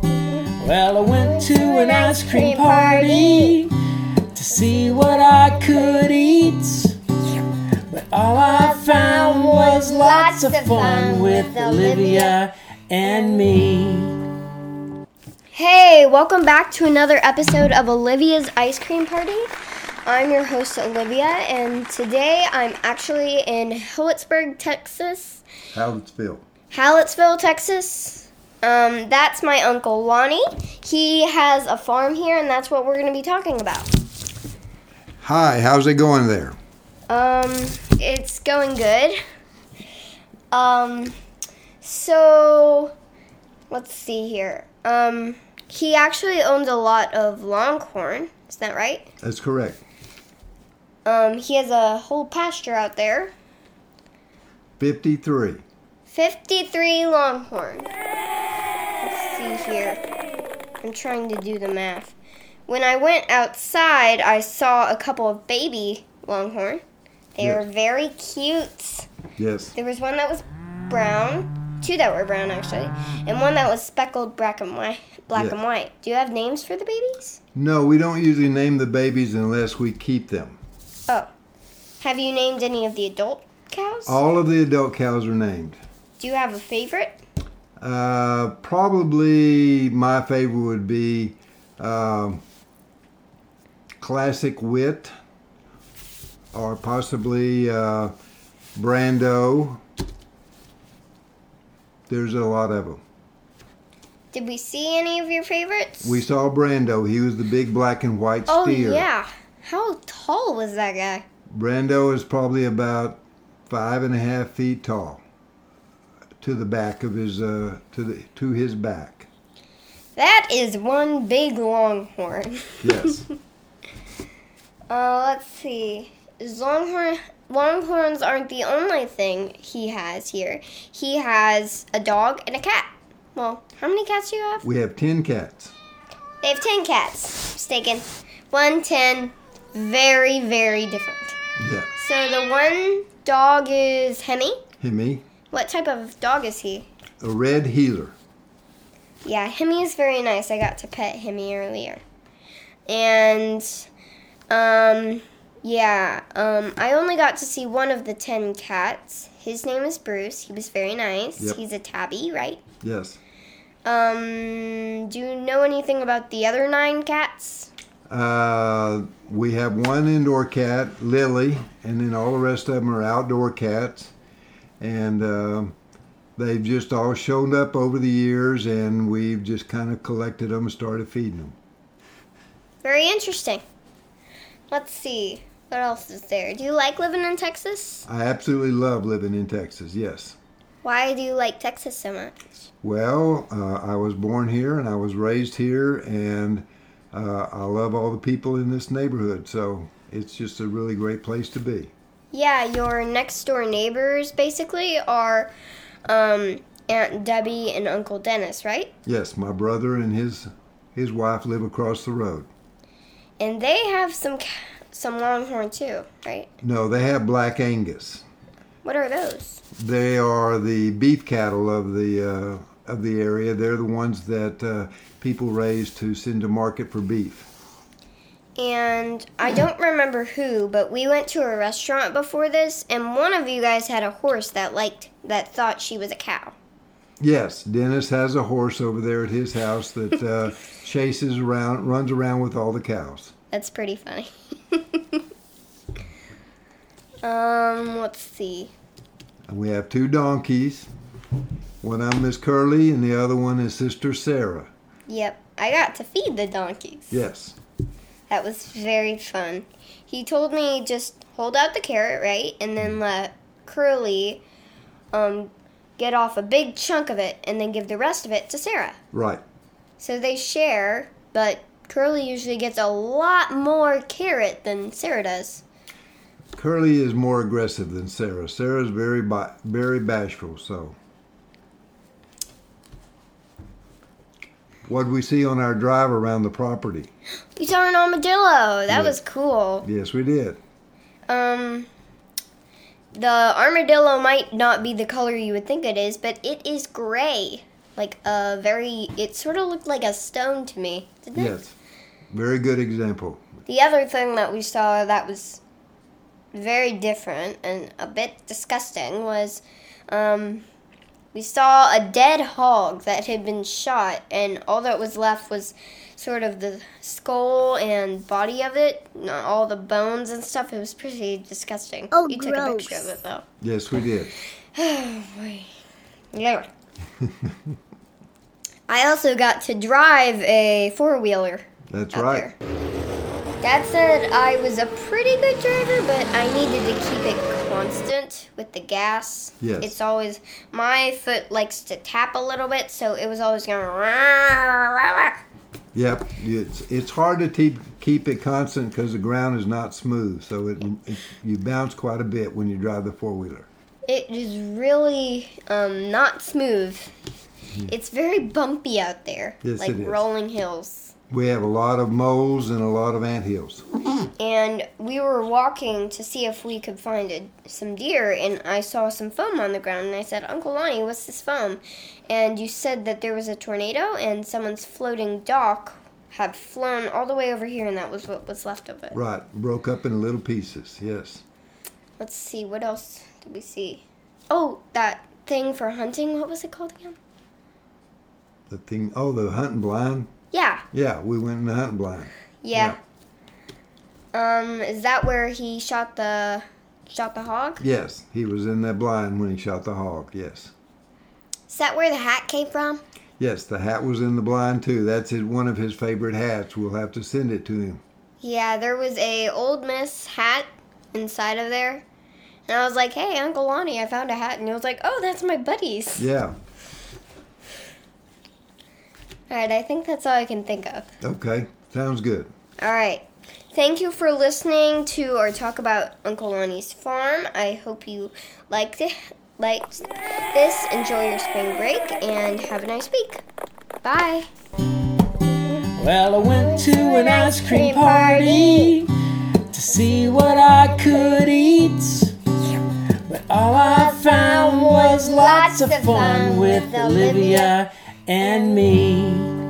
Well, I went to an ice cream party to see what I could eat. But all I found was lots of fun with Olivia and me. Hey, welcome back to another episode of Olivia's Ice Cream Party. I'm your host, Olivia, and today I'm actually in Hillitsburg, Texas, Hallettsville. Hallettsville, Texas. Um, that's my uncle Lonnie. He has a farm here, and that's what we're going to be talking about. Hi, how's it going there? Um, it's going good. Um, so let's see here. Um, he actually owns a lot of Longhorn. Is that right? That's correct. Um, he has a whole pasture out there. 53. 53 Longhorn. Let's see here. I'm trying to do the math. When I went outside, I saw a couple of baby Longhorn. They Yes. were very cute. Yes. There was one that was brown, two that were brown actually, and one that was speckled black and white. Black Yeah. and white. Do you have names for the babies? No, we don't usually name the babies unless we keep them. Oh, have you named any of the adult cows? All of the adult cows are named. Do you have a favorite? Uh, probably my favorite would be um, Classic Wit or possibly uh, Brando. There's a lot of them. Did we see any of your favorites? We saw Brando. He was the big black and white Oh steer. yeah. How tall was that guy? Brando is probably about five and a half feet tall to the back of his uh, to the to his back. That is one big longhorn. Yes. Uh, let's see. Is Longhorn Longhorns aren't the only thing he has here. He has a dog and a cat. Well, how many cats do you have? we have ten cats. They have ten cats. Mistaken. One ten. Very, very different. Yeah. So the one dog is Hemi. Hemi, What type of dog is he? a red healer. Yeah, Hemi is very nice. I got to pet Hemi earlier. And um yeah, um I only got to see one of the 10 cats. His name is Bruce. He was very nice. Yep. He's a tabby, right? Yes. Um do you know anything about the other 9 cats? Uh, we have one indoor cat, Lily, and then all the rest of them are outdoor cats, and um they've just all shown up over the years, and we've just kind of collected them and started feeding them. Very interesting. Let's see. What else is there? Do you like living in Texas? I absolutely love living in Texas. Yes. Why do you like Texas so much? Well, uh, I was born here and I was raised here, and uh, I love all the people in this neighborhood. So it's just a really great place to be. Yeah, your next door neighbors basically are um, Aunt Debbie and Uncle Dennis, right? Yes, my brother and his his wife live across the road. And they have some ca- some Longhorn too, right? No, they have black Angus. What are those? They are the beef cattle of the uh, of the area. They're the ones that uh, people raise to send to market for beef. And I don't remember who, but we went to a restaurant before this, and one of you guys had a horse that liked that thought she was a cow. Yes, Dennis has a horse over there at his house that uh, chases around, runs around with all the cows. That's pretty funny. um, let's see. And we have two donkeys. One of them is Curly, and the other one is Sister Sarah. Yep, I got to feed the donkeys. Yes, That was very fun. He told me just hold out the carrot, right? And then Mm-hmm. let Curly um, get off a big chunk of it and then give the rest of it to Sarah. right. So they share, but Curly usually gets a lot more carrot than Sarah does. Curly is more aggressive than Sarah. Sarah's very, ba- very bashful. So, what we see on our drive around the property? We saw an armadillo. That Yeah. was cool. Yes, we did. Um, the armadillo might not be the color you would think it is, but it is gray. like a very. It sort of looked like a stone to me, didn't it? Yes. Very good example. The other thing that we saw that was very different and a bit disgusting was um, we saw a dead hog that had been shot, and all that was left was sort of the skull and body of it, not all the bones and stuff. It was pretty disgusting. Oh, you took a picture gross. Oh, of it though. Yes, we did. Anyway. I also got to drive a four wheeler. That's out right. there. Dad said I was a pretty good driver, but I needed to keep it constant with the gas. Yes. It's always my foot likes to tap a little bit, so it was always going. "Rah, rah, rah." Yep. It's it's hard to keep keep it constant because the ground is not smooth, so it, it you bounce quite a bit when you drive the four wheeler. It is really um, not smooth. It's very bumpy out there, Hmm. Yes, like it is. rolling hills. We have a lot of moles and a lot of ant hills. and we were walking to see if we could find a, some deer and i saw some foam on the ground and i said uncle lonnie what's this foam and you said that there was a tornado and someone's floating dock had flown all the way over here and that was what was left of it Right, broke up in little pieces. Yes. let's see what else did we see oh that thing for hunting what was it called again The thing. Oh, the hunting blind. yeah Yeah, we went in the hunting blind. yeah, um is that where he shot the shot the hog Yes, he was in that blind when he shot the hog. Yes. is that where the hat came from Yes, the hat was in the blind too. That's his, one of his favorite hats. We'll have to send it to him. Yeah, there was a old Miss hat inside of there. And I was like, hey, Uncle Lonnie, I found a hat. And he was like, oh, that's my buddy's. Yeah. All right, I think that's all I can think of. Okay. Sounds good. All right. Thank you for listening to our talk about Uncle Lonnie's farm. I hope you liked it, liked this. Enjoy your spring break and have a nice week. Bye. Well, I went to an ice cream party to see what I could eat. But all I found was lots of fun with Olivia and me.